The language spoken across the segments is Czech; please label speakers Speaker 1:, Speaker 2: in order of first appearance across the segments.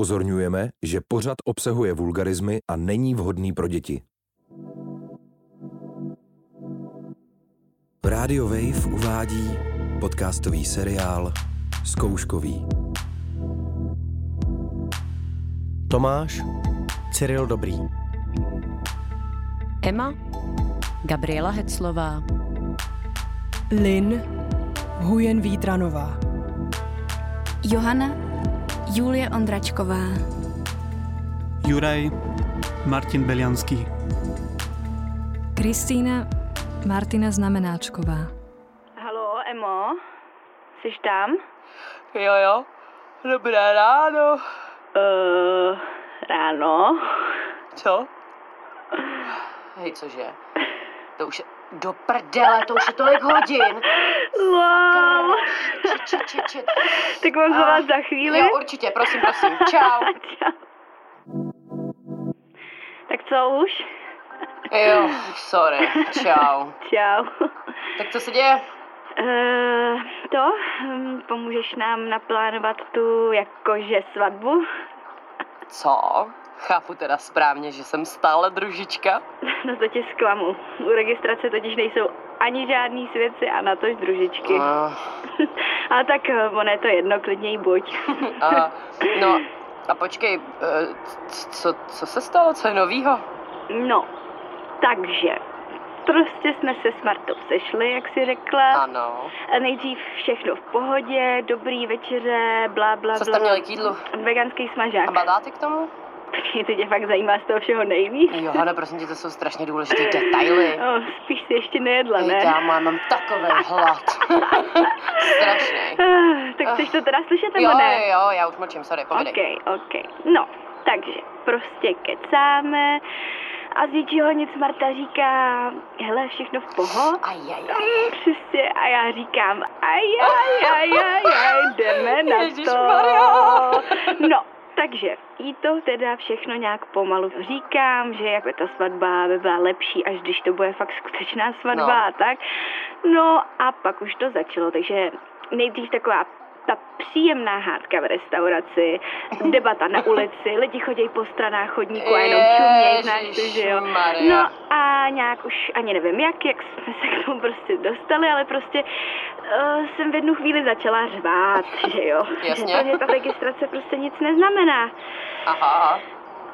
Speaker 1: Upozorňujeme, že pořad obsahuje vulgarizmy a není vhodný pro děti. Radio Wave uvádí podcastový seriál Zkouškový.
Speaker 2: Tomáš, Cyril Dobrý.
Speaker 3: Emma, Gabriela Heclová,
Speaker 4: Lin Hujen Vítranová.
Speaker 5: Johana Julie Ondračková.
Speaker 6: Juraj, Martin Belianský.
Speaker 7: Kristýna Martina Znamenáčková.
Speaker 8: Halo, Emo? Jsi tam?
Speaker 9: Jo, jo. Dobré ráno.
Speaker 8: Uh, ráno?
Speaker 9: Co?
Speaker 10: Hej, cože? To už je... Do prdele, to už je tolik hodin.
Speaker 8: Wow.
Speaker 10: Čit, čit, čit, čit.
Speaker 8: Tak mám za vás za chvíli.
Speaker 10: Jo, určitě, prosím, prosím. Čau.
Speaker 8: Čau. Tak co už?
Speaker 10: Jo, sorry. Čau.
Speaker 8: Čau.
Speaker 10: Tak co se děje?
Speaker 8: Eh, to, hm, pomůžeš nám naplánovat tu jakože svatbu?
Speaker 10: Co? Chápu teda správně, že jsem stále družička.
Speaker 8: No to ti zklamu. U registrace totiž nejsou ani žádný svědci a natož družičky.
Speaker 10: A,
Speaker 8: A tak eh, ono je to jedno, klidně jí buď.
Speaker 10: a, no, a počkej, eh, c- co, co se stalo? Co je novýho?
Speaker 8: No, takže. Prostě jsme se s Martou sešli, jak si řekla.
Speaker 10: Ano.
Speaker 8: A nejdřív všechno v pohodě, dobrý večeře, blá, blá,
Speaker 10: Co
Speaker 8: blá.
Speaker 10: jste měli k jídlu?
Speaker 8: Veganský smažák.
Speaker 10: A badáte k tomu?
Speaker 8: Počkej, to tě fakt zajímá z toho všeho nejvíc.
Speaker 10: Johana, prosím tě, to jsou strašně důležité detaily.
Speaker 8: O, spíš si No, ještě nejedla,
Speaker 10: Hej,
Speaker 8: ne?
Speaker 10: dámo, já mám takový hlad. Strašný.
Speaker 8: Ah, tak chceš to teda slyšet, nebo
Speaker 10: Jo,
Speaker 8: ne?
Speaker 10: jo, jo, já už mlčím, sorry, povídej.
Speaker 8: OK, OK. No, takže prostě kecáme a z ničeho nic Marta říká, hele, všechno v poho?
Speaker 10: Ajajaj.
Speaker 8: Přesně, a já říkám, aj, aj, aj, aj, aj, jdeme na
Speaker 10: Ježišmarja.
Speaker 8: to. No, takže jí to teda všechno nějak pomalu říkám, že jako ta svatba by byla lepší, až když to bude fakt skutečná svatba
Speaker 10: No.
Speaker 8: a tak. No a pak už to začalo, takže nejdřív taková ta příjemná hádka v restauraci, debata na ulici, lidi chodí po stranách chodníku a jenom čumějí, znáš to, že jo.
Speaker 10: Ježišmarja.
Speaker 8: No a nějak už ani nevím jak, jak jsme se k tomu prostě dostali, ale prostě uh, jsem v jednu chvíli začala řvát, že jo.
Speaker 10: Jasně.
Speaker 8: Že to, že ta registrace prostě nic neznamená.
Speaker 10: Aha, aha.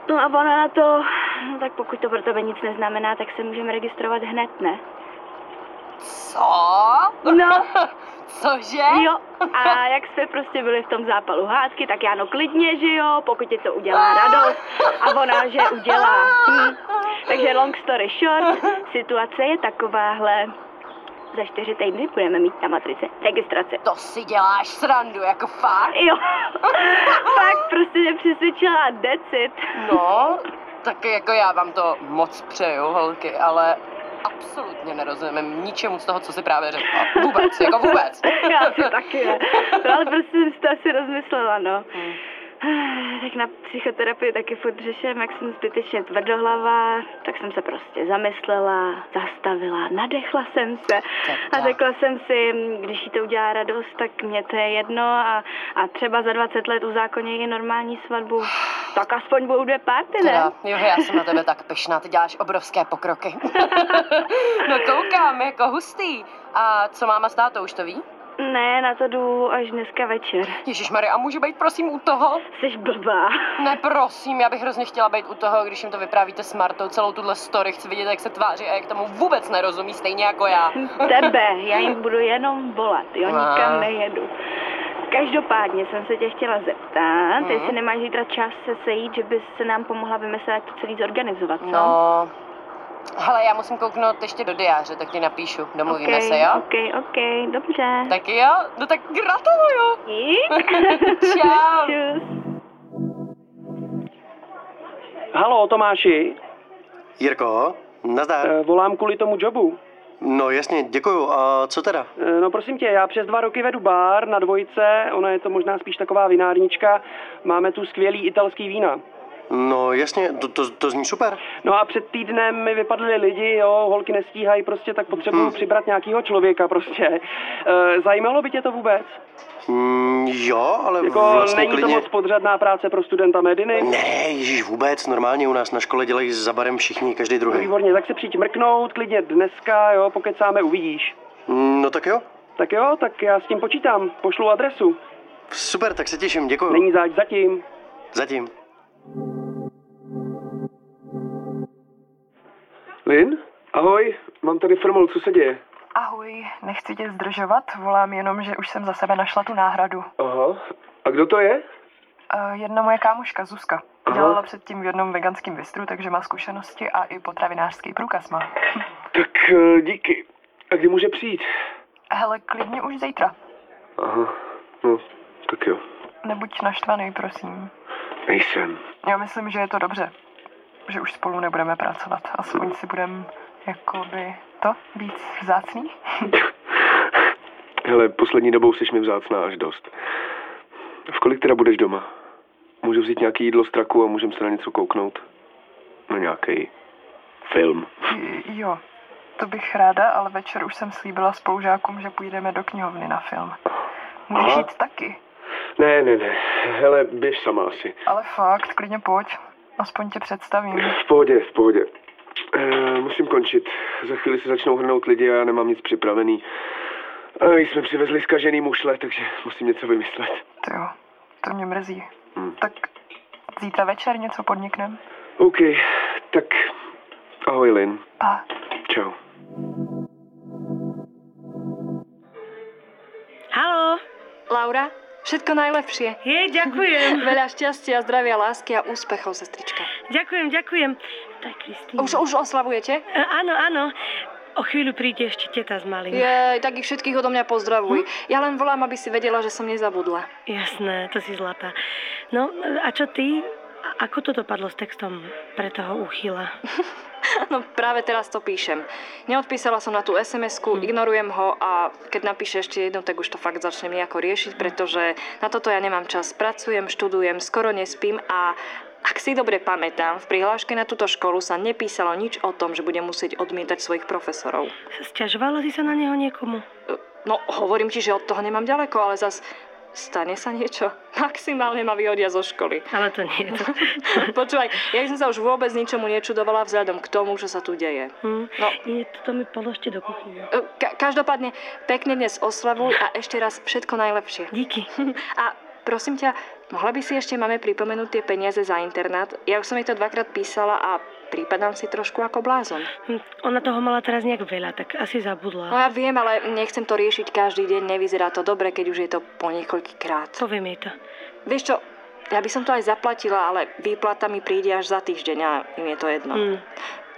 Speaker 8: No a ona na to, no tak pokud to pro tebe nic neznamená, tak se můžeme registrovat hned, ne?
Speaker 10: Co?
Speaker 8: No.
Speaker 10: Cože?
Speaker 8: Jo, a jak jsme prostě byli v tom zápalu hádky, tak já no klidně, že jo, pokud ti to udělá radost a ona, že udělá. Hm. Takže long story short, situace je takováhle. Za čtyři týdny budeme mít na matrice registrace.
Speaker 10: To si děláš srandu, jako fakt?
Speaker 8: Jo, fakt prostě mě přesvědčila decit.
Speaker 10: No, tak jako já vám to moc přeju, holky, ale absolutně nerozumím ničemu z toho, co si právě řekla. Vůbec, jako vůbec.
Speaker 8: Já si taky ne. No, ale prostě jsem si to asi rozmyslela, no.
Speaker 10: Hm.
Speaker 8: Tak na psychoterapii taky furt řeším, jak jsem zbytečně tvrdohlava, tak jsem se prostě zamyslela, zastavila, nadechla jsem se a
Speaker 10: Teda.
Speaker 8: řekla jsem si, "Mm, když jí to udělá radost, tak mě to je jedno a, a třeba za 20 let uzákoní i normální svatbu, tak aspoň budou dvě párty, ne?
Speaker 10: Teda, jo, já jsem na tebe tak pešná, ty děláš obrovské pokroky. no koukám, jako hustý. A co máma s tátou, už to ví?
Speaker 8: Ne, na to jdu až dneska večer.
Speaker 10: Ježíš Maria, a můžu být prosím u toho?
Speaker 8: Jsi blbá.
Speaker 10: Ne, prosím, já bych hrozně chtěla být u toho, když jim to vyprávíte s Martou, celou tuhle story, chci vidět, jak se tváří a jak tomu vůbec nerozumí, stejně jako já.
Speaker 8: Tebe, já jim budu jenom volat, jo,
Speaker 10: Wow.
Speaker 8: nikam nejedu. Každopádně jsem se tě chtěla zeptat,
Speaker 10: Mhm.
Speaker 8: jestli nemáš zítra čas se sejít, že bys se nám pomohla vymyslet, jak to celý zorganizovat, co?
Speaker 10: No, hele, já musím kouknout ještě do diáře, tak ti napíšu, domluvíme
Speaker 8: okay,
Speaker 10: se, jo?
Speaker 8: Ok, ok, dobře.
Speaker 10: Tak jo, no tak gratuluju.
Speaker 8: Dík.
Speaker 10: Čau.
Speaker 8: Čus.
Speaker 2: Halo, Tomáši,
Speaker 11: Jirko, nazdar.
Speaker 2: eh, volám kvůli tomu jobu.
Speaker 11: No jasně, děkuju. A co teda?
Speaker 2: Eh, No prosím tě, já přes dva roky vedu bar na dvojice, ona je to možná spíš taková vinárnička, máme tu skvělý italský vína.
Speaker 11: No jasně, to, to, to zní super.
Speaker 2: No a před týdnem mi vypadly lidi, jo, holky nestíhají prostě, tak potřebuju
Speaker 11: Hmm.
Speaker 2: přibrat nějakého člověka prostě. E, zajímalo by tě to vůbec?
Speaker 11: Mm, jo, ale
Speaker 2: Jako
Speaker 11: vlastně
Speaker 2: není
Speaker 11: klidně...
Speaker 2: to moc podřadná práce pro studenta mediny?
Speaker 11: Ne, ježíš, vůbec, normálně u nás na škole dělají za barem všichni, každý druhý.
Speaker 2: No, Výborně, tak se přijď mrknout, klidně dneska, jo, pokecáme, uvidíš.
Speaker 11: No tak jo,
Speaker 2: Tak jo, tak já s tím počítám, pošlu adresu.
Speaker 11: super, tak se těším, děkuju.
Speaker 2: Není zač zatím.
Speaker 11: Zatím.
Speaker 12: Lin? Ahoj, mám tady firmol, co se děje?
Speaker 13: Ahoj, nechci tě zdržovat, volám jenom, že už jsem za sebe našla tu náhradu.
Speaker 12: Aha, a kdo to je?
Speaker 13: Uh, jedna moje kámoška, Zuzka,
Speaker 12: Aha.
Speaker 13: dělala předtím v jednom veganském bistru, takže má zkušenosti a i potravinářský průkaz má.
Speaker 12: Tak eh, díky. A kdy může přijít?
Speaker 13: Hele, klidně už zítra.
Speaker 12: Aha, no, tak jo.
Speaker 13: Nebuď naštvaný, prosím.
Speaker 12: Nejsem.
Speaker 13: Já myslím, že je to dobře, že už spolu nebudeme pracovat. Aspoň si budeme, jakoby, to, víc vzácný.
Speaker 12: Hele, poslední dobou jsi mi vzácná až dost. V kolik teda budeš doma? Můžu vzít nějaký jídlo z traku a můžem se na něco kouknout? Na nějaký film.
Speaker 13: J- Jo, to bych ráda, ale večer už jsem slíbila spolužákům, že půjdeme do knihovny na film. Můžeš
Speaker 12: Aha.
Speaker 13: jít taky,
Speaker 12: Ne, ne, ne. Hele, běž sama asi.
Speaker 13: ale fakt, klidně pojď. Aspoň tě představím.
Speaker 12: V pohodě, v pohodě. E, musím končit. Za chvíli se začnou hrnout lidi a já nemám nic připravený. E, jsme přivezli zkažený mušle, takže musím něco vymyslet.
Speaker 13: To jo, to mě mrzí.
Speaker 12: Hmm.
Speaker 13: Tak zítra večer něco podnikneme.
Speaker 12: OK, tak ahoj Lin.
Speaker 13: Pa.
Speaker 12: Čau.
Speaker 7: Halo? Laura? Všetko najlepšie. Je, ďakujem. Veľa šťastia, zdravia, lásky a úspechov, sestrička.
Speaker 14: Ďakujem, ďakujem. Tak, Kristýna.
Speaker 7: Už, už oslavujete?
Speaker 14: E, Áno, áno. O chvíľu príde ešte teta z malým.
Speaker 7: Je, tak ich všetkých odo mňa pozdravuj. Ja len volám, aby si vedela, že som nezabudla.
Speaker 14: Jasné, to si zlatá. No a čo ty? A- Ako to dopadlo s textom pre toho uchyla?
Speaker 7: No práve teraz to píšem. Neodpísala som na tú SMS-ku,
Speaker 14: Hmm.
Speaker 7: ignorujem ho a keď napíše ešte jedno, tak už to fakt začnem nejako
Speaker 14: Hmm.
Speaker 7: riešiť, pretože na toto ja nemám čas. Pracujem, študujem, skoro nespím a ak si dobre pamätám, v prihláške na túto školu sa nepísalo nič o tom, že budem musieť odmietať svojich profesorov.
Speaker 14: Sťažovala si sa na neho niekomu?
Speaker 7: No, hovorím ti, že od toho nemám ďaleko, ale zas stane sa niečo. Maximálne ma vyhodia zo školy.
Speaker 14: Ale to nie je to.
Speaker 7: Počúvaj, ja som sa už vôbec ničomu nečudovala vzhľadom k tomu, čo sa tu deje.
Speaker 14: Hm?
Speaker 7: No. E,
Speaker 14: Nie, toto mi položte do kuchyne.
Speaker 7: Ka- každopádne, pekne dnes oslavuj a ešte raz všetko najlepšie.
Speaker 14: Díky.
Speaker 7: A prosím ťa, mohla by si ešte máme pripomenúť tie peniaze za internát? Ja už som jej to dvakrát písala a prípadám si trošku ako blázon.
Speaker 14: Hm, Ona toho mala teraz nejak veľa, tak asi zabudla.
Speaker 7: No ja viem, ale nechcem to riešiť každý deň, nevyzerá to dobre, keď už je to po niekoľký krát.
Speaker 14: Poviem jej to.
Speaker 7: Vieš čo, ja by som to aj zaplatila, ale výplata mi príde až za týždeň a im je to jedno.
Speaker 14: Mm.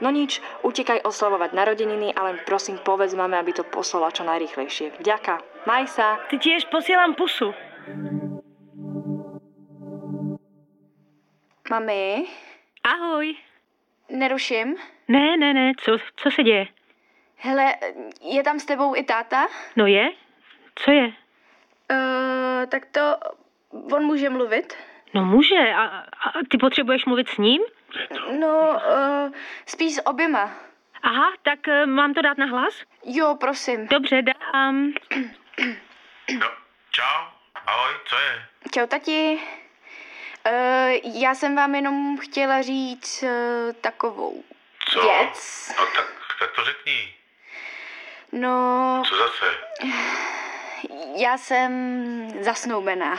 Speaker 7: No nič, utekaj oslavovať narodeniny a len prosím povedz mame, aby to poslala čo najrýchlejšie. Vďaka. Maj sa.
Speaker 14: Ty tiež posielam pusu.
Speaker 8: Mami?
Speaker 14: Ahoj.
Speaker 8: Neruším.
Speaker 14: Ne, ne, ne, co, co se děje?
Speaker 8: Hele, je tam s tebou i táta?
Speaker 14: No je? Co je?
Speaker 8: Uh, tak to... On může mluvit?
Speaker 14: No může, a, a a ty potřebuješ mluvit s ním?
Speaker 8: No, uh, spíš s oběma.
Speaker 14: Aha, tak eh, mám to dát na hlas?
Speaker 8: Jo, prosím.
Speaker 14: Dobře, dám.
Speaker 15: No, Čau, ahoj, co je?
Speaker 8: Čau, tati. Uh, já jsem vám jenom chtěla říct uh, takovou
Speaker 15: Co?
Speaker 8: věc.
Speaker 15: No tak, tak to řekni.
Speaker 8: No,
Speaker 15: Co zase?
Speaker 8: já jsem zasnoubená.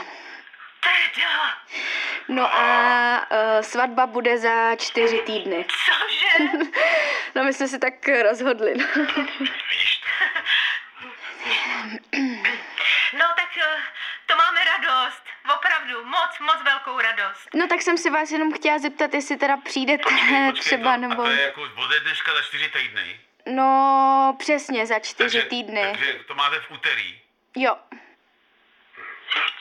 Speaker 8: No a uh, svatba bude za čtyři týdny. Cože? no my jsme si tak rozhodli. no.
Speaker 16: No tak eh, to máme radost. Opravdu, moc, moc velkou radost.
Speaker 8: no tak jsem se vás jenom chtěla zeptat, jestli teda přijdete třeba nebo...
Speaker 15: To je jako bude dneska za čtyři týdny.
Speaker 8: No, přesně, za čtyři týdny.
Speaker 15: Takže to máte v úterý.
Speaker 8: Jo.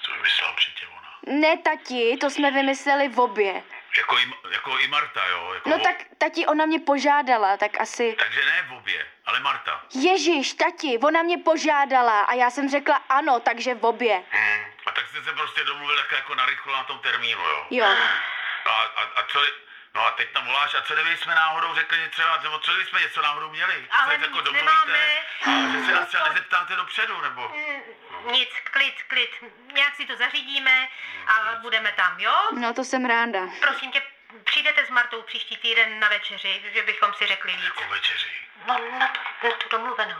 Speaker 15: To vymyslela určitě ona.
Speaker 8: Ne, tati, to jsme vymysleli v obě.
Speaker 15: Jako i, jako i Marta, jo? Jako
Speaker 8: No
Speaker 15: o-
Speaker 8: tak, tati, ona mě požádala, tak asi...
Speaker 15: Takže ne v obě, ale Marta.
Speaker 8: Ježíš, tati, ona mě požádala a já jsem řekla ano, takže v obě.
Speaker 15: Hmm. A tak jste se prostě domluvil tak jako narychlo na tom termínu, jo?
Speaker 8: Jo.
Speaker 15: A, a, a co, co, no a teď tam voláš, a co kdyby jsme náhodou řekli, že třeba, nebo co kdyby jsme něco náhodou měli?
Speaker 16: Ale
Speaker 15: co, jako
Speaker 16: nic
Speaker 15: domluvíte,
Speaker 16: nemáme.
Speaker 15: a že se nás třeba nezeptáte dopředu, nebo...
Speaker 16: Mm, Nic, klid, klid. Nějak si to zařídíme a budeme tam, jo?
Speaker 5: No to jsem ráda.
Speaker 16: Prosím tě, přijdete s Martou příští týden na večeři, že bychom si řekli víc. Jako
Speaker 15: večeři?
Speaker 16: No, na to, na to domluvenou.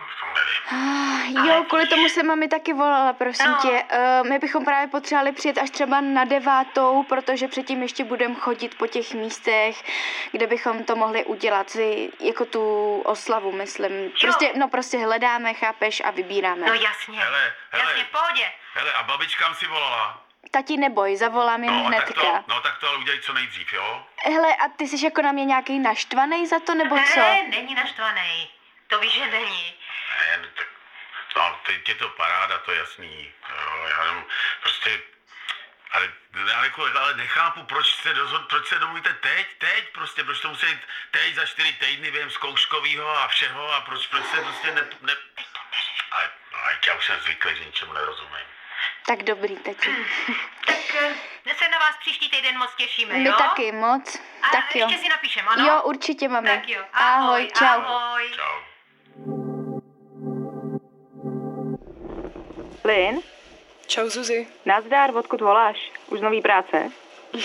Speaker 5: Ah, Jo, kvůli tomu jsem mami taky volala, prosím
Speaker 16: No.
Speaker 5: tě. Eh, My bychom právě potřebovali přijet až třeba na devátou, protože předtím ještě budeme chodit po těch místech, kde bychom to mohli udělat, si, jako tu oslavu, myslím. Prostě, no prostě hledáme, chápeš, a vybíráme.
Speaker 16: No jasně.
Speaker 15: Hele, hele,
Speaker 16: Jasně, v pohodě.
Speaker 15: hele, a babičkám si volala.
Speaker 5: Tati, neboj, zavolám jim
Speaker 15: No, a tak
Speaker 5: hnedka.
Speaker 15: to, no tak to ale udělej co nejdřív, jo?
Speaker 5: Hele, a ty jsi jako na mě nějaký naštvaný za to, nebo co?
Speaker 16: Ne, není naštvaný. To víš, že není.
Speaker 15: Ne, no tak, no, teď je to paráda, to je jasný. Jo, já jenom, prostě, ale, já jako, ale nechápu, proč se, dozvod, proč se domluvíte teď, teď prostě, proč to musí jít teď za čtyři týdny během zkouškovýho a všeho a proč, proč se prostě ne, ne ale, ale já už jsem zvyklý, že ničemu nerozumím.
Speaker 5: Tak dobrý, tati.
Speaker 16: Tak eh, se na vás příští týden moc těšíme,
Speaker 5: My
Speaker 16: jo?
Speaker 5: taky moc.
Speaker 16: A
Speaker 5: tak jo.
Speaker 16: ještě si napíšem, ano?
Speaker 5: Jo, určitě, mami.
Speaker 16: Tak jo.
Speaker 5: Ahoj, čau.
Speaker 16: Ahoj.
Speaker 15: Čau.
Speaker 17: Lin?
Speaker 13: Čau, Zuzi.
Speaker 17: Nazdar, odkud voláš? Už z nový práce?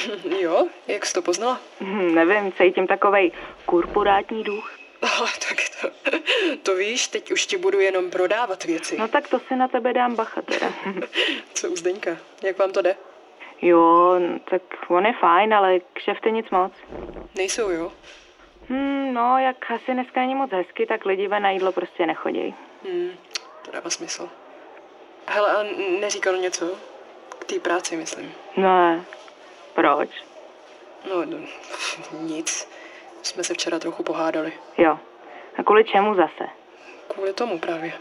Speaker 13: Jo, jak jsi to poznala?
Speaker 17: Hm, nevím, cítím takovej korporátní duch.
Speaker 13: Oh, tak to, to víš, teď už ti budu jenom prodávat věci.
Speaker 17: No tak to si na tebe dám bacha teda.
Speaker 13: Co u Zdeňka? Jak vám to jde?
Speaker 17: jo, n- tak on je fajn, ale kšefty nic moc.
Speaker 13: Nejsou, jo?
Speaker 17: Hm, no, jak asi dneska není moc hezky, tak lidi ven na jídlo prostě nechodí.
Speaker 13: Hmm, to dává smysl. Hele, a n- neříkal něco? K té práci, myslím.
Speaker 17: No, proč?
Speaker 13: No, no, nic. Jsme se včera trochu pohádali.
Speaker 17: Jo. A kvůli čemu zase?
Speaker 13: Kvůli tomu právě.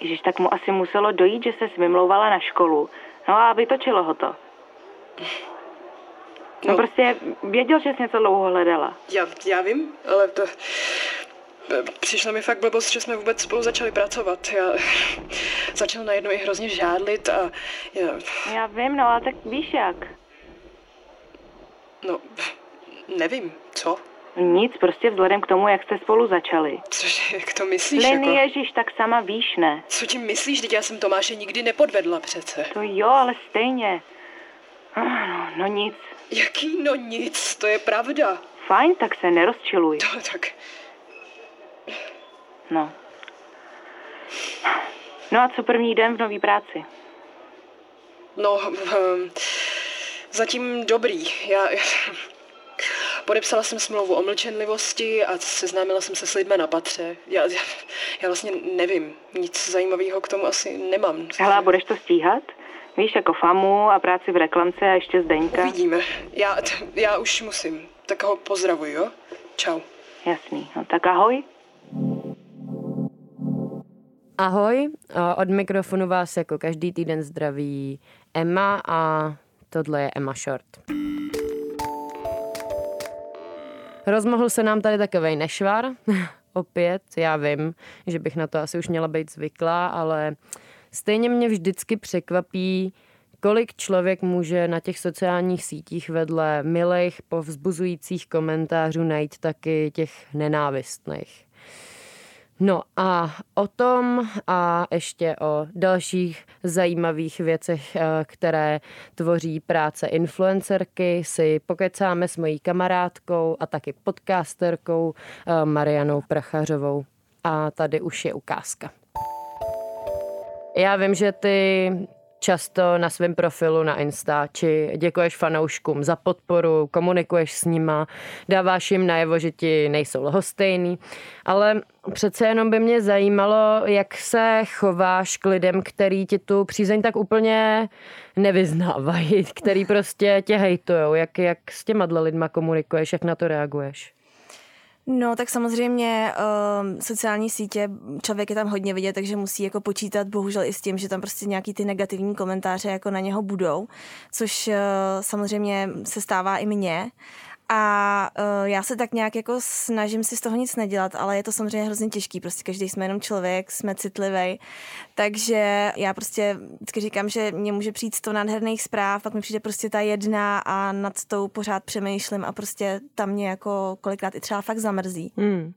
Speaker 17: Ježíš, tak mu asi muselo dojít, že se vymlouvala na školu. No a vytočilo ho to. No,
Speaker 13: No.
Speaker 17: no prostě věděl, že jsi něco dlouho hledala.
Speaker 13: Já, já vím, ale to... Přišla mi fakt blbost, že jsme vůbec spolu začali pracovat. Já začal najednou i hrozně žádlit a já,
Speaker 17: Já vím, no ale tak víš jak.
Speaker 13: no, nevím, co?
Speaker 17: Nic, prostě vzhledem k tomu, jak jste spolu začali.
Speaker 13: Cože, jak to myslíš,
Speaker 17: Lin,
Speaker 13: jako?
Speaker 17: ježíš, tak sama víš, ne?
Speaker 13: Co tím myslíš, teď já jsem Tomáše nikdy nepodvedla přece.
Speaker 17: To No jo, ale stejně. Ah, No, no nic.
Speaker 13: Jaký no nic, to je pravda.
Speaker 17: Fajn, tak se nerozčiluj.
Speaker 13: To tak,
Speaker 17: No. No a co první den v nový práci?
Speaker 13: no, hm, zatím dobrý. Já, podepsala jsem smlouvu o mlčenlivosti a seznámila jsem se s lidmi na patře. Já, já, já vlastně nevím, nic zajímavého k tomu asi nemám.
Speaker 17: Hele, a budeš to stíhat? Víš, jako famu a práci v reklamce a ještě Zdeňka?
Speaker 13: Uvidíme. Já, t- já už musím. Tak ho pozdravuji, jo? Čau.
Speaker 17: Jasný, no tak ahoj.
Speaker 10: Ahoj, a od mikrofonu vás jako každý týden zdraví Emma a tohle je Emma Short. Rozmohl se nám tady takovej nešvar, opět, já vím, že bych na to asi už měla být zvyklá, ale stejně mě vždycky překvapí, kolik člověk může na těch sociálních sítích vedle milých, povzbuzujících komentářů najít taky těch nenávistných. No a o tom a ještě o dalších zajímavých věcech, eh, které tvoří práce influencerky, si pokecáme s mojí kamarádkou a taky podcasterkou eh, Marianou Prachařovou. A tady už je ukázka. Já vím, že ty často na svém profilu na Insta či děkuješ fanouškům za podporu, komunikuješ s nima, dáváš jim najevo, že ti nejsou lhostejný, ale přece jenom by mě zajímalo, jak se chováš k lidem, který ti tu přízeň tak úplně nevyznávají, který prostě tě hejtujou, jak, jak s těma dle lidma komunikuješ, jak na to reaguješ.
Speaker 18: No, tak samozřejmě um, sociální sítě, člověk je tam hodně vidět, takže musí jako počítat bohužel i s tím, že tam prostě nějaký ty negativní eh, komentáře jako na něho budou, což uh, samozřejmě se stává i mně. A uh, já se tak nějak jako snažím si z toho nic nedělat, ale je to samozřejmě hrozně těžký, prostě každý jsme jenom člověk, jsme citlivý. Takže já prostě vždycky říkám, že mě může přijít to nádherných zpráv, pak mi přijde prostě ta jedna a nad tou pořád přemýšlím a prostě tam mě jako kolikrát i třeba fakt zamrzí.
Speaker 10: Hmm.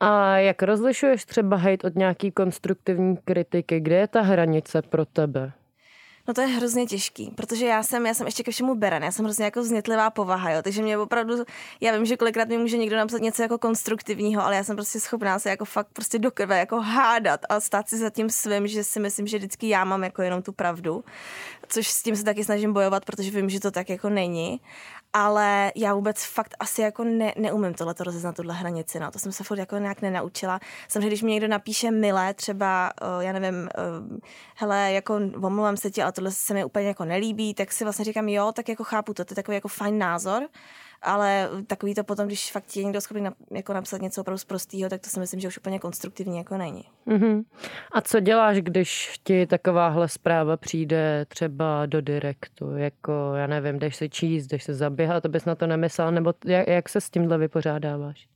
Speaker 10: A jak rozlišuješ třeba hejt od nějaký konstruktivní kritiky? Kde je ta hranice pro tebe?
Speaker 18: No to je hrozně těžký, protože já jsem, já jsem ještě ke všemu beren, já jsem hrozně jako vznětlivá povaha, jo, takže mě opravdu, já vím, že kolikrát mi může někdo napsat něco jako konstruktivního, ale já jsem prostě schopná se jako fakt prostě do krve jako hádat a stát si za tím svým, že si myslím, že vždycky já mám jako jenom tu pravdu, což s tím se taky snažím bojovat, protože vím, že to tak jako není, ale já vůbec fakt asi jako ne, neumím tohleto rozeznat, tuhle hranici, no, to jsem se furt jako nějak nenaučila. Samozřejmě, když mi někdo napíše milé, třeba, uh, já nevím, uh, hele, jako omlouvám se ti, ale tohle se mi úplně jako nelíbí, tak si vlastně říkám, jo, tak jako chápu to, to je takový jako fajn názor, ale takový to potom, když fakt je někdo schopný na, jako napsat něco opravdu z prostýho, tak to si myslím, že už úplně konstruktivní jako není.
Speaker 10: Mm-hmm. A co děláš, když ti takováhle zpráva přijde třeba do direktu? Jako, já nevím, jdeš se číst, jdeš se zaběhat, abys na to nemyslel, nebo jak, jak se s tímhle vypořádáváš?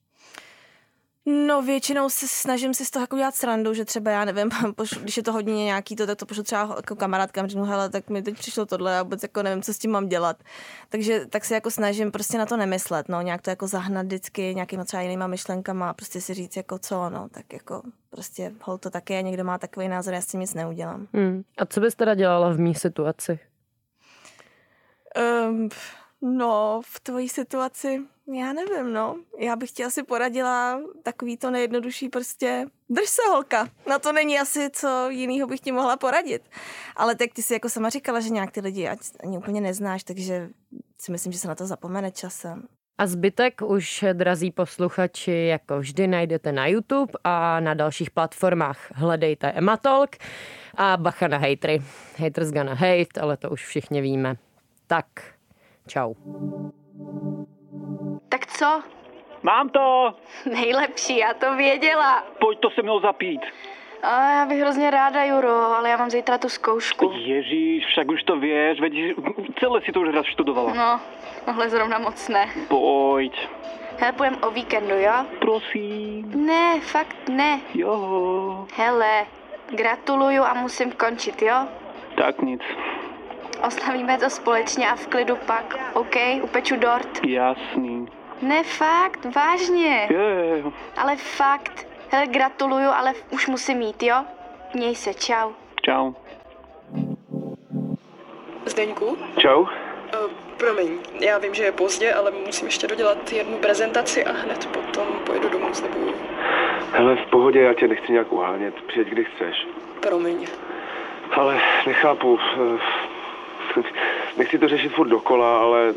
Speaker 18: No většinou se snažím si z toho jako dělat srandu, že třeba já nevím, pošlu, když je to hodně nějaký to, tak to pošlu třeba jako kamarádkám, řeknu, hele, tak mi teď přišlo tohle, já vůbec jako nevím, co s tím mám dělat. Takže tak se jako snažím prostě na to nemyslet, no, nějak to jako zahnat vždycky nějakýma třeba jinýma myšlenkama a prostě si říct jako co, no, tak jako prostě hol to také, někdo má takový názor, já s tím nic neudělám.
Speaker 10: Hmm. A co bys teda dělala v mý situaci?
Speaker 18: Um, no, v tvojí situaci já nevím, no. Já bych ti asi poradila takový to nejjednodušší prostě drž se holka. Na to není asi, co jiného bych ti mohla poradit. Ale tak ty si jako sama říkala, že nějak ty lidi ať ani úplně neznáš, takže si myslím, že se na to zapomene časem.
Speaker 10: A zbytek už, drazí posluchači, jako vždy najdete na YouTube a na dalších platformách. Hledejte Ematolk a bacha na hejtry. Haters gonna hate, ale to už všichni víme. Tak, čau.
Speaker 5: Tak co?
Speaker 19: Mám to!
Speaker 5: Nejlepší, já to věděla.
Speaker 19: Pojď to se mnou zapít.
Speaker 5: A já bych hrozně ráda, Juro, ale já mám zítra tu zkoušku.
Speaker 19: Ježíš, však už to věš, veď celé si to už raz študovala.
Speaker 5: No, tohle zrovna moc ne.
Speaker 19: Pojď.
Speaker 5: Hele, půjdem o víkendu, jo?
Speaker 19: Prosím.
Speaker 5: Ne, fakt ne.
Speaker 19: Jo.
Speaker 5: Hele, gratuluju a musím končit, jo?
Speaker 19: Tak nic.
Speaker 5: Oslavíme to společně a v klidu pak, OK? Upeču dort.
Speaker 19: Jasný. Eh,
Speaker 5: Ne, fakt, vážně.
Speaker 19: Jo, jo, jo.
Speaker 5: Ale fakt. Hele, gratuluju, ale už musím jít, jo? Měj se, čau.
Speaker 19: Čau.
Speaker 13: Zdeňku?
Speaker 12: Čau.
Speaker 13: Uh, promiň, já vím, že je pozdě, ale musím ještě dodělat jednu prezentaci a hned potom pojedu domů s tebou.
Speaker 12: Hele, v pohodě, já tě nechci nějak uhánět, přijeď kdy chceš.
Speaker 13: Promiň.
Speaker 12: Ale nechápu, eh, nechci to řešit furt dokola, ale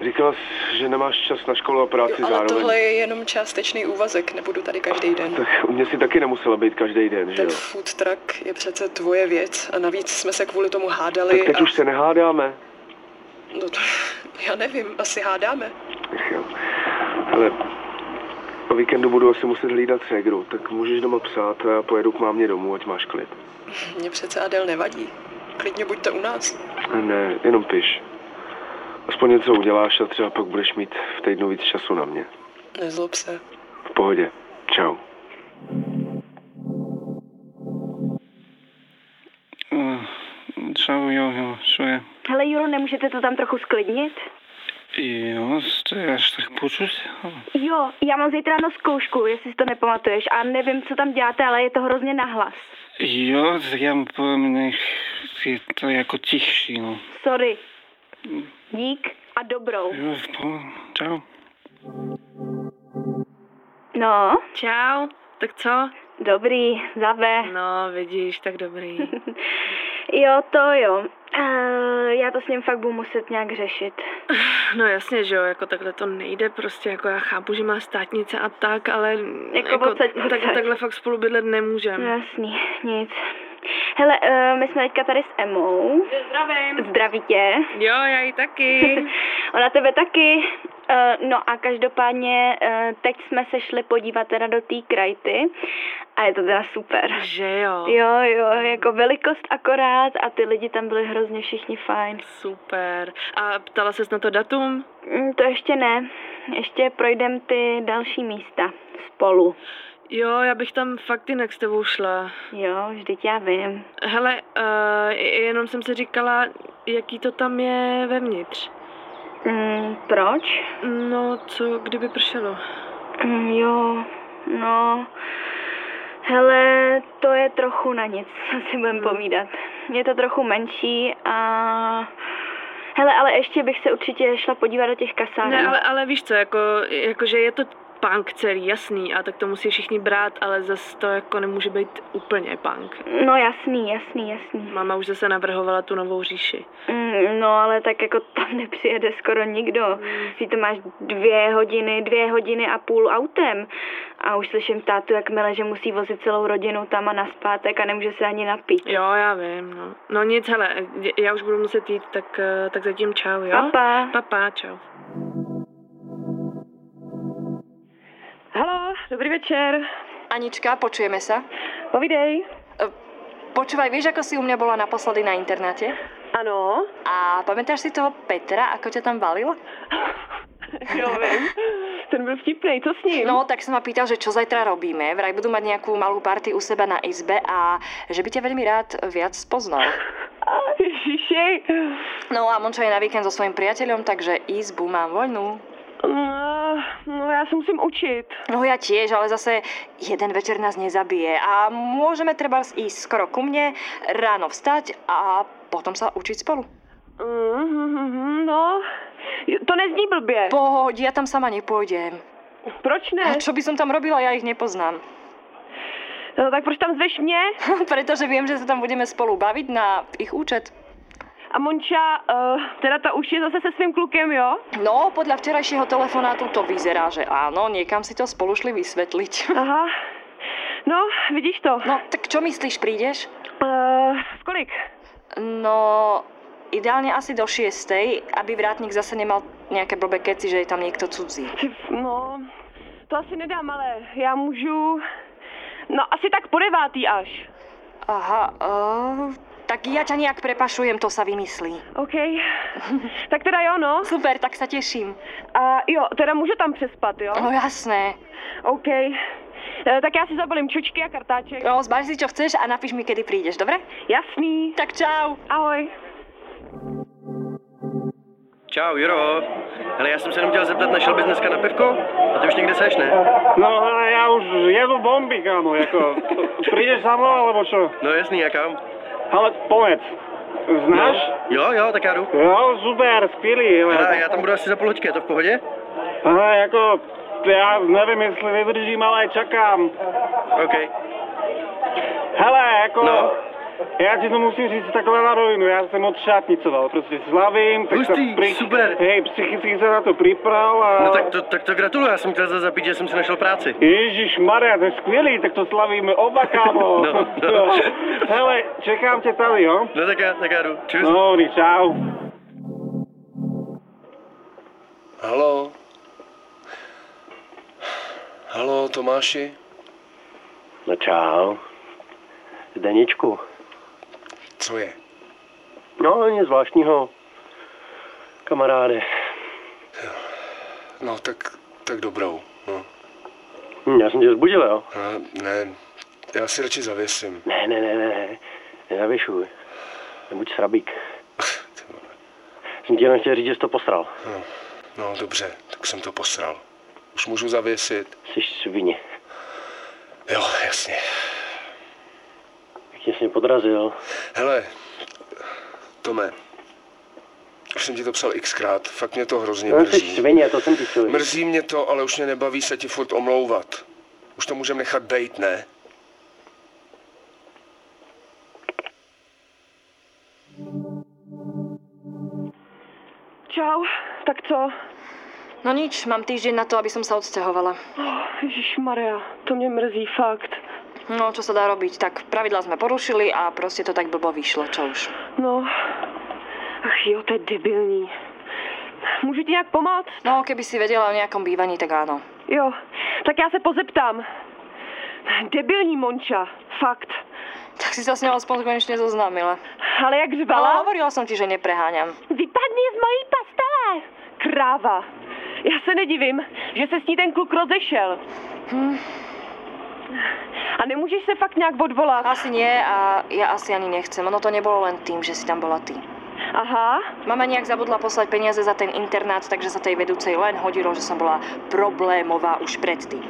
Speaker 12: říkala jsi, že nemáš čas na školu a práci
Speaker 13: Jo, ale
Speaker 12: zároveň.
Speaker 13: tohle je jenom částečný úvazek, nebudu tady každý den.
Speaker 12: Tak u mě si taky nemusela být každý den, že
Speaker 13: Ten
Speaker 12: jo?
Speaker 13: food truck je přece tvoje věc a navíc jsme se kvůli tomu hádali
Speaker 12: Tak teď
Speaker 13: a...
Speaker 12: už se nehádáme.
Speaker 13: No to, já nevím, asi hádáme.
Speaker 12: Ach jo. Ale o víkendu budu asi muset hlídat ségru, tak můžeš doma psát a já pojedu k mámě domů, ať máš klid.
Speaker 13: Mně přece Adel nevadí. Klidně buďte u nás.
Speaker 12: Ne, jenom piš. Aspoň něco uděláš a třeba pak budeš mít v týdnu víc času na mě.
Speaker 13: Nezlob se.
Speaker 12: V pohodě. Čau.
Speaker 20: Čau, jo, jo, čuje.
Speaker 8: Hele, Juro, nemůžete to tam trochu sklidnit?
Speaker 20: Jo, jste až tak počuť?
Speaker 8: Jo, já mám zítra ráno zkoušku, jestli si to nepamatuješ a nevím, co tam děláte, ale je to hrozně nahlas.
Speaker 20: Jo, tak já povím, nech je to jako tichší, no.
Speaker 8: Sorry. Dík a dobrou.
Speaker 20: Jo, v pohodě. Čau.
Speaker 8: No,
Speaker 21: Čau, tak co?
Speaker 8: dobrý, zabe.
Speaker 21: No, vidíš, tak dobrý.
Speaker 8: Jo, to jo. Eh, Já to s ním fakt budu muset nějak řešit.
Speaker 21: No jasně, že jo, jako takhle to nejde prostě, jako já chápu, že má státnice a tak, ale
Speaker 8: Jako odsaď,
Speaker 21: tak,
Speaker 8: odsaď.
Speaker 21: takhle fakt spolu bydlet nemůžem.
Speaker 8: No Jasný, nic. Hele, eh, my jsme teďka tady s Emou.
Speaker 21: Zdravím.
Speaker 8: Zdraví tě.
Speaker 21: Jo, já ji taky.
Speaker 8: Ona tebe taky. Eh, No a každopádně eh, teď jsme se šli podívat teda do té krajty a je to teda super.
Speaker 21: Že jo.
Speaker 8: Jo, jo, jako velikost akorát a ty lidi tam byli hrozně všichni fajn.
Speaker 21: Super. A ptala ses na to datum?
Speaker 8: Mm, To ještě ne. Ještě projdem ty další místa spolu.
Speaker 21: Jo, já bych tam fakt jinak s tebou šla.
Speaker 8: Jo, vždyť já vím.
Speaker 21: Hele, uh, jenom jsem si říkala, jaký to tam je vevnitř.
Speaker 8: Mm, proč?
Speaker 21: No, co kdyby pršelo?
Speaker 8: Mm, jo, no... Hele, to je trochu na nic, co si budem
Speaker 21: Hmm.
Speaker 8: povídat. Je to trochu menší a... Hele, ale ještě bych se určitě šla podívat do těch kasáren.
Speaker 21: Ne, ale, ale víš co, jako, jakože je to punk celý, jasný, a tak to musí všichni brát, ale zase to jako nemůže být úplně punk.
Speaker 8: No jasný, jasný, jasný.
Speaker 21: Mama už zase navrhovala tu novou říši.
Speaker 8: Mm, No ale tak jako tam nepřijede skoro nikdo.
Speaker 21: Hmm.
Speaker 8: Ty to máš dvě hodiny, dvě hodiny a půl autem. A už slyším tátu, jakmile, že musí vozit celou rodinu tam a naspátek a nemůže se ani napít.
Speaker 21: Jo, já vím, no. No nic, hele, dě- já už budu muset jít, tak, eh, tak zatím čau, jo?
Speaker 8: Papa.
Speaker 21: Papa, čau.
Speaker 7: Halo, dobrý večer. Anička, počujeme sa?
Speaker 22: Povidej.
Speaker 7: Počúvaj, vieš, ako si u mňa bola naposledy na internáte?
Speaker 22: Ano.
Speaker 7: A pamätáš si toho Petra, ako ťa tam balil?
Speaker 22: Jo, vím. Ten byl vtipnej, co s ním?
Speaker 7: No, tak som ma pýtal, že čo zajtra robíme. Vraj budú mať nejakú malú party u seba na izbe a že by ťa veľmi rád viac spoznal.
Speaker 22: Ježišej.
Speaker 7: No a Mončo je na víkend so svojím priateľom, takže izbu mám voľnú.
Speaker 22: No, no já se musím učit.
Speaker 7: No ja tiež, ale zase jeden večer nás nezabije a môžeme treba ísť skoro ku mne, ráno vstať a potom sa učiť spolu.
Speaker 22: Mm-hmm, no, to nezní blbě.
Speaker 7: Pohoď, ja tam sama nepôjdem.
Speaker 22: Proč ne?
Speaker 7: A čo by som tam robila, ja ich nepoznám.
Speaker 22: No tak proč tam zveš mě?
Speaker 7: Pretože viem, že sa tam budeme spolu baviť na ich účet.
Speaker 22: A Monča, uh, teda ta už je zase se svým klukem, jo?
Speaker 7: No, podľa včerajšieho telefonátu to vyzerá, že áno, niekam si to spolu šli vysvetliť.
Speaker 22: Aha. No, vidíš to.
Speaker 7: No, tak čo myslíš, prídeš?
Speaker 22: Uh, v kolik?
Speaker 7: No, ideálne asi do šiestej, aby vrátnik zase nemal nejaké blbé keci, že je tam niekto cudzí.
Speaker 22: No, to asi nedám, ale já můžu... No, asi tak po devátý až.
Speaker 7: Aha, uh, tak ja ťa nejak prepašujem, to sa vymyslí.
Speaker 22: OK. Tak teda jo, no.
Speaker 7: Super, tak se těším.
Speaker 22: A jo, teda můžu tam přespat, jo?
Speaker 7: No jasné.
Speaker 22: OK. E, tak já si zabalím čočky a kartáček.
Speaker 7: Jo, zbaž si, čo chceš a napíš mi, kedy prídeš, dobre?
Speaker 22: Jasný.
Speaker 7: Tak čau.
Speaker 22: Ahoj.
Speaker 11: Čau, Juro. Hele, já jsem se jenom chtěl zeptat, našel bys dneska na pivko? A ty už někde seš, ne?
Speaker 20: No hele, já už jedu bomby, kámo, jako. Přijdeš za mnou, alebo čo?
Speaker 11: No jasný, já kam?
Speaker 20: Hele, povedz. Znáš?
Speaker 11: Jo, jo, tak já jdu.
Speaker 20: Jo, super, skvělý. hele.
Speaker 11: Hele, já tam budu asi za půl hoďky, je to v pohodě?
Speaker 20: Hele, jako, já nevím, jestli vydržím, ale čekám.
Speaker 11: OK.
Speaker 20: Hele, jako...
Speaker 11: No.
Speaker 20: Já ti to musím říct takhle na rovinu, já jsem moc šátnicoval, prostě slavím, tak
Speaker 11: Hustý,
Speaker 20: pri... super. Hej, psychicky se na to připrav a...
Speaker 11: No tak to, tak to gratuluju, já jsem chtěl za zapít, že jsem si našel práci.
Speaker 20: Ježíš Maria, to je skvělý, tak to slavíme oba, kámo.
Speaker 11: No, no.
Speaker 20: Hele, čekám tě tady, jo?
Speaker 11: No tak já, tak já jdu. Čus.
Speaker 20: No, dobrý, čau.
Speaker 6: Halo. Halo, Tomáši.
Speaker 11: No čau. Daničku.
Speaker 6: Co je?
Speaker 11: No, nic zvláštního. Kamaráde.
Speaker 6: No, tak, tak dobrou. No.
Speaker 11: Hm, já jsem tě zbudil, jo?
Speaker 6: A, ne, já si radši zavěsím.
Speaker 11: Ne, ne, ne, ne, ne. Nezavěšuj. Nebuď srabík. jsem ti jenom chtěl říct, že jsi to posral.
Speaker 6: No, no, dobře, tak jsem to posral. Už můžu zavěsit?
Speaker 11: Jsi svině.
Speaker 6: Jo, jasně.
Speaker 11: Jak tě jsi mě podrazil.
Speaker 6: Hele, Tome, už jsem ti to psal xkrát, fakt mě to hrozně
Speaker 11: No, jsi
Speaker 6: mrzí.
Speaker 11: svině, to jsem ti chtěl říct.
Speaker 6: Mrzí mě to, ale už mě nebaví se ti furt omlouvat. Už to můžeme nechat bejt, ne?
Speaker 22: Čau. Tak co?
Speaker 7: No nič, mám týždeň na to, aby som sa odsťahovala.
Speaker 22: Ježíš Maria, Oh, to mě mrzí fakt.
Speaker 7: No, čo sa dá robiť? Tak pravidlá sme porušili a proste to tak blbo vyšlo, čo už.
Speaker 22: No, ach jo, to je debilní. Můžu ti nějak pomoct?
Speaker 7: No, keby si vedela o nějakom bývaní, tak ano.
Speaker 22: Jo, tak já se pozeptám. Debilní Monča, fakt.
Speaker 7: Tak si sa s ňou aspoň konečne zoznámila. No,
Speaker 22: Ale jak řvala?
Speaker 7: Ale hovorila som ti, že nepreháňam.
Speaker 22: Vypadni z mojí pastele! kráva. Já se nedivím, že se s ní ten kluk rozešel. Hm. A nemůžeš se fakt nějak odvolat?
Speaker 23: Asi nie a ja asi ani nechcem. Ono to nebolo len tým, že si tam bola ty.
Speaker 22: Aha.
Speaker 23: Mama nejak zabudla poslať peniaze za ten internát, takže sa tej vedúcej len hodilo, že som bola problémová už predtým.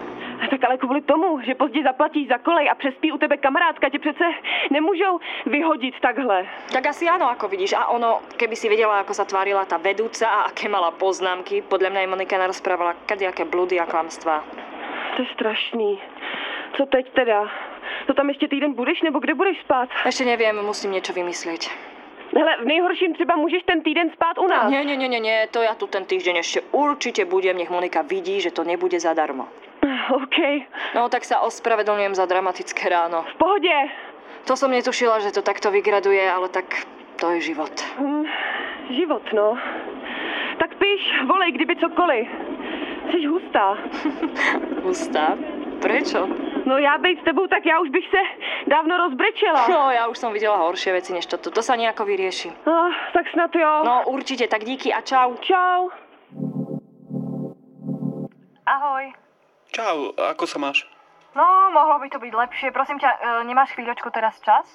Speaker 22: Tak ale kvůli tomu, že pozdě zaplatíš za kolej a přespí u tebe kamarádka, tě přece nemůžou vyhodit takhle.
Speaker 23: Tak asi áno, ako vidíš. A ono, keby si vedela, ako sa tvárila tá vedúca a aké mala poznámky, podľa mňa jej Monika narozprávala kadejaké blúdy a klamstvá.
Speaker 22: To je strašný. Co teď teda? To tam ještě týden budeš, nebo kde budeš spát?
Speaker 23: Ešte neviem, musím niečo vymyslieť.
Speaker 22: Hele, v nejhorším třeba můžeš ten týden spát u nás.
Speaker 23: Nie, nie, nie, nie, nie, to ja tu ten týždeň ešte určite budem, nech Monika vidí, že to nebude zadarmo.
Speaker 22: OK.
Speaker 23: No tak sa ospravedlňujem za dramatické ráno. V
Speaker 22: pohodě.
Speaker 23: To som netušila, že to takto vygraduje, ale tak to je život.
Speaker 22: Hm, život, no. Tak píš, volej, kdyby cokoliv. Jsi hustá.
Speaker 23: Hustá? Prečo?
Speaker 22: No já být s tebou, tak já už bych se dávno rozbrečela.
Speaker 23: No, ja už som videla horšie veci než toto. To sa nejako vyrieši.
Speaker 22: Ah, tak snad jo.
Speaker 23: No určite, tak díky a čau.
Speaker 22: Čau.
Speaker 7: Ahoj.
Speaker 6: Čau, ako sa máš?
Speaker 7: No, mohlo by to být lepší. Prosím tě, eh, nemáš chvíľočku teraz čas?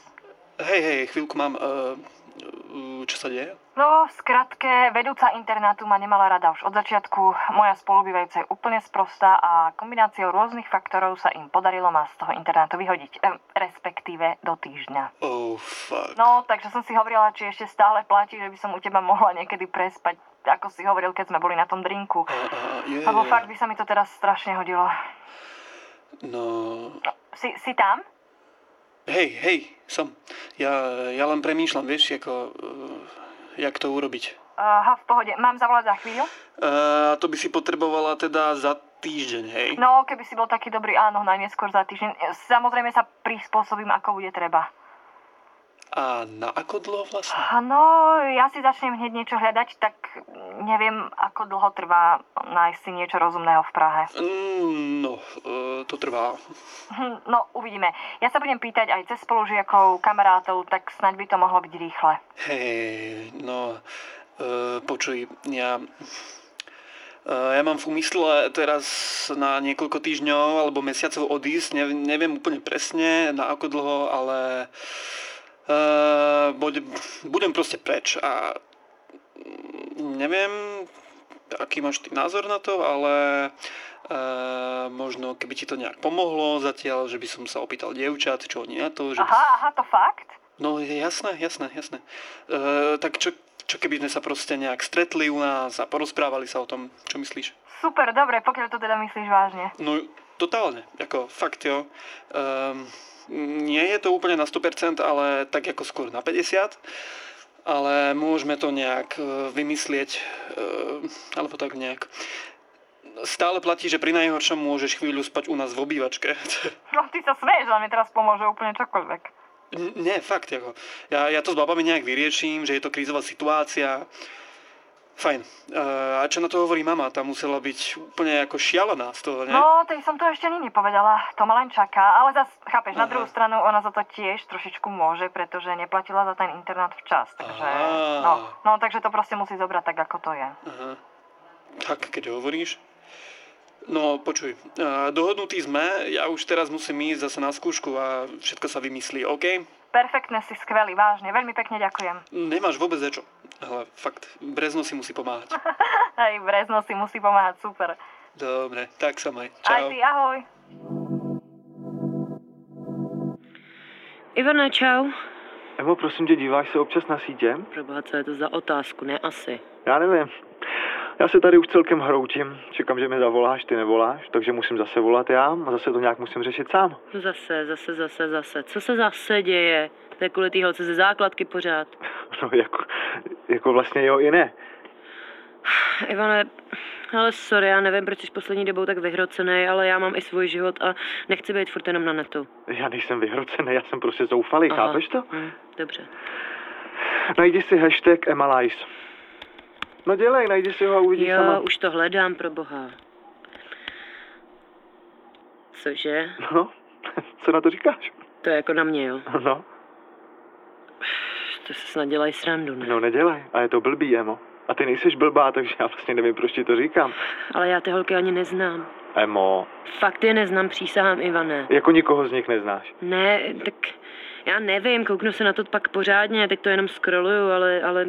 Speaker 6: Hej, hej, chvíľku mám. eh, eh, Čo sa deje?
Speaker 7: No, v skratke, vedúca internátu ma nemala rada už od začiatku. Moja spolubývajúca je úplne sprostá a kombináciou rôznych faktorov sa im podarilo ma z toho internátu vyhodiť. Ehm, respektíve do týždňa.
Speaker 6: Oh, fuck.
Speaker 7: No, takže som si hovorila, či ešte stále platí, že by som u teba mohla niekedy prespať, ako si hovoril, keď sme boli na tom drinku.
Speaker 6: Eh, je,
Speaker 7: Lebo
Speaker 6: je.
Speaker 7: fakt by sa mi to teraz strašne hodilo.
Speaker 6: No...
Speaker 7: Si, si tam?
Speaker 6: Hej, hej, som. Ja, ja len premýšľam, vieš, ako... eh, jak to urobiť.
Speaker 7: Eh, Aha, v pohode. Mám zavolať za chvíľu?
Speaker 6: Eh, A to by si potrebovala teda za týždeň, hej?
Speaker 7: No, keby si bol taký dobrý, áno, najneskôr za týždeň. Samozrejme sa prispôsobím, ako bude treba.
Speaker 6: A na ako dlho vlastne?
Speaker 7: No, ja si začnem hneď niečo hľadať, tak neviem, ako dlho trvá nájsť si niečo rozumného v Prahe.
Speaker 6: Mm, No, eh, to trvá.
Speaker 7: Hm, No, uvidíme. Ja sa budem pýtať aj cez spolužiakov, kamarátov, tak snaď by to mohlo byť rýchle.
Speaker 6: Hej, no, eh, počuj, ja... eh, Ja mám v úmysle teraz na niekoľko týždňov alebo mesiacov odísť, ne, neviem úplne presne na ako dlho, ale uh, budem, budem proste preč a mm, neviem, aký máš ty názor na to, ale uh, možno keby ti to nejak pomohlo zatiaľ, že by som sa opýtal dievčat, čo oni na to, že by
Speaker 7: Aha, aha, to fakt?
Speaker 6: No jasné, jasné, jasné. E, tak čo, čo keby sme sa proste nejak stretli u nás a porozprávali sa o tom, čo myslíš?
Speaker 7: Super, dobre, pokiaľ to teda myslíš vážne.
Speaker 6: No totálne, ako fakt jo. Ehm, nie je to úplne na 100%, ale tak ako skôr na 50%. Ale môžeme to nejak e, vymyslieť, ehm, alebo tak nejak. Stále platí, že pri najhoršom môžeš chvíľu spať u nás v obývačke.
Speaker 7: No, ty sa smeješ, ale mi teraz pomôže úplne čokoľvek.
Speaker 6: N- Ne, fakt, jako. Já, já to s babami nějak vyřeším, že je to krizová situace. Fajn. Eh, A čo na to hovorí mama? Ta musela být úplně jako šialená z toho, ne?
Speaker 7: No, tej som to ešte ani nepovedala, to ma len čaká, ale zas, chápeš, na
Speaker 6: Aha.
Speaker 7: druhú stranu ona za to tiež trošičku môže, pretože neplatila za ten internát včas, takže,
Speaker 6: Aha.
Speaker 7: no, no, takže to proste musí zobrať tak, ako to je.
Speaker 6: Aha. Tak, keď hovoríš. No, počuj, eh, dohodnutí jsme, já už teraz musím jít zase na zkoušku a všetko sa vymyslí, OK?
Speaker 7: Perfektne si skvelý, vážne, veľmi pekne ďakujem.
Speaker 6: Nemáš vůbec za čo. Hele, fakt, Brezno si musí pomáhat.
Speaker 7: Hej, Brezno si musí pomáhať, super.
Speaker 6: Dobre, tak sa maj.
Speaker 7: Aj
Speaker 6: Čau.
Speaker 7: ty, ahoj.
Speaker 4: Ivana, čau.
Speaker 24: Emo, prosím tě, díváš se občas na sítě?
Speaker 4: Proboha, co je to za otázku, ne asi.
Speaker 24: Já nevím. Já se tady už celkem hroutím. Čekám, že mi zavoláš, ty nevoláš, takže musím zase volat já a zase to nějak musím řešit sám.
Speaker 4: No Zase, zase, zase, zase. Co se zase děje? To je kvůli té holce ze základky pořád.
Speaker 24: No, jako, jako vlastně jo i ne.
Speaker 4: Ivane, ale sorry, já nevím, proč jsi poslední dobou tak vyhrocený, ale já mám i svůj život a nechci být furt jenom na netu.
Speaker 24: Já nejsem vyhrocený, já jsem prostě zoufalý,
Speaker 4: Aha.
Speaker 24: chápeš to?
Speaker 4: Hm, dobře.
Speaker 24: Najdi si hashtag Emalize. No dělej, najdi si ho a uvidíš
Speaker 4: jo,
Speaker 24: sama.
Speaker 4: už to hledám, pro boha. Cože?
Speaker 24: No, co na to říkáš?
Speaker 4: To je jako na mě, jo?
Speaker 24: No,
Speaker 4: To se snad dělají srandu, ne?
Speaker 24: no nedělej. A je to blbý, Emo. A ty nejseš blbá, takže já vlastně nevím, proč ti to říkám.
Speaker 4: Ale já ty holky ani neznám.
Speaker 24: Emo,
Speaker 4: Fakt je neznám, přísahám, Ivane.
Speaker 24: jako nikoho z nich neznáš.
Speaker 4: Ne, tak já nevím, kouknu se na to pak pořádně, teď to jenom scrolluju, ale, ale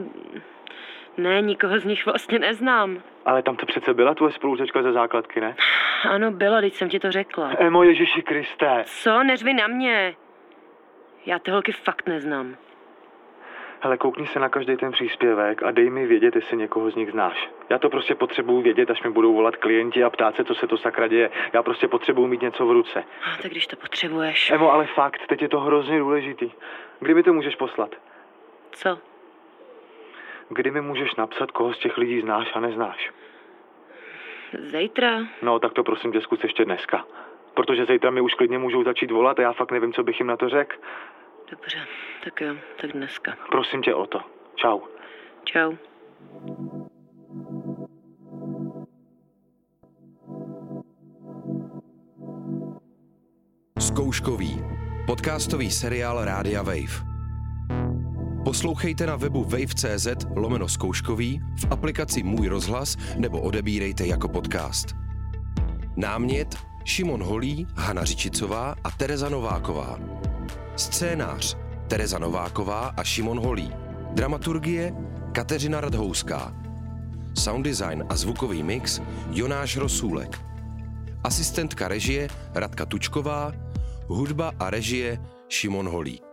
Speaker 4: ne, nikoho z nich vlastně neznám.
Speaker 24: Ale tam to přece byla tvoje spolužečka ze základky, ne?
Speaker 4: Ano, byla, teď jsem ti to řekla.
Speaker 24: Emo, Ježíši Kriste.
Speaker 4: Co, neřvi na mě. Já ty holky fakt neznám.
Speaker 24: Hele, koukni se na každý ten příspěvek a dej mi vědět, jestli někoho z nich znáš. Já to prostě potřebuju vědět, až mi budou volat klienti a ptát se, co se to sakra děje. Já prostě potřebuju mít něco v ruce.
Speaker 4: A tak když to potřebuješ.
Speaker 24: Emo, ale fakt, teď je to hrozně důležitý. Kdy mi to můžeš poslat?
Speaker 4: Co?
Speaker 24: Kdy mi můžeš napsat, koho z těch lidí znáš a neznáš?
Speaker 4: Zítra?
Speaker 24: No, tak to prosím tě zkus ještě dneska. Protože zítra mi už klidně můžou začít volat a já fakt nevím, co bych jim na to řekl.
Speaker 4: Dobře, tak jo, tak dneska.
Speaker 24: Prosím tě o to. Čau.
Speaker 4: Čau.
Speaker 1: Zkouškový. Podcastový seriál Rádia Wave. Poslouchejte na webu wave.cz lomeno zkouškový, v aplikaci Můj rozhlas nebo odebírejte jako podcast. Námět Šimon Holí, Hana Řičicová a Tereza Nováková. Scénář Tereza Nováková a Šimon Holí. Dramaturgie Kateřina Radhouská. Sound design a zvukový mix Jonáš Rosůlek. Asistentka režie Radka Tučková, hudba a režie Šimon Holík.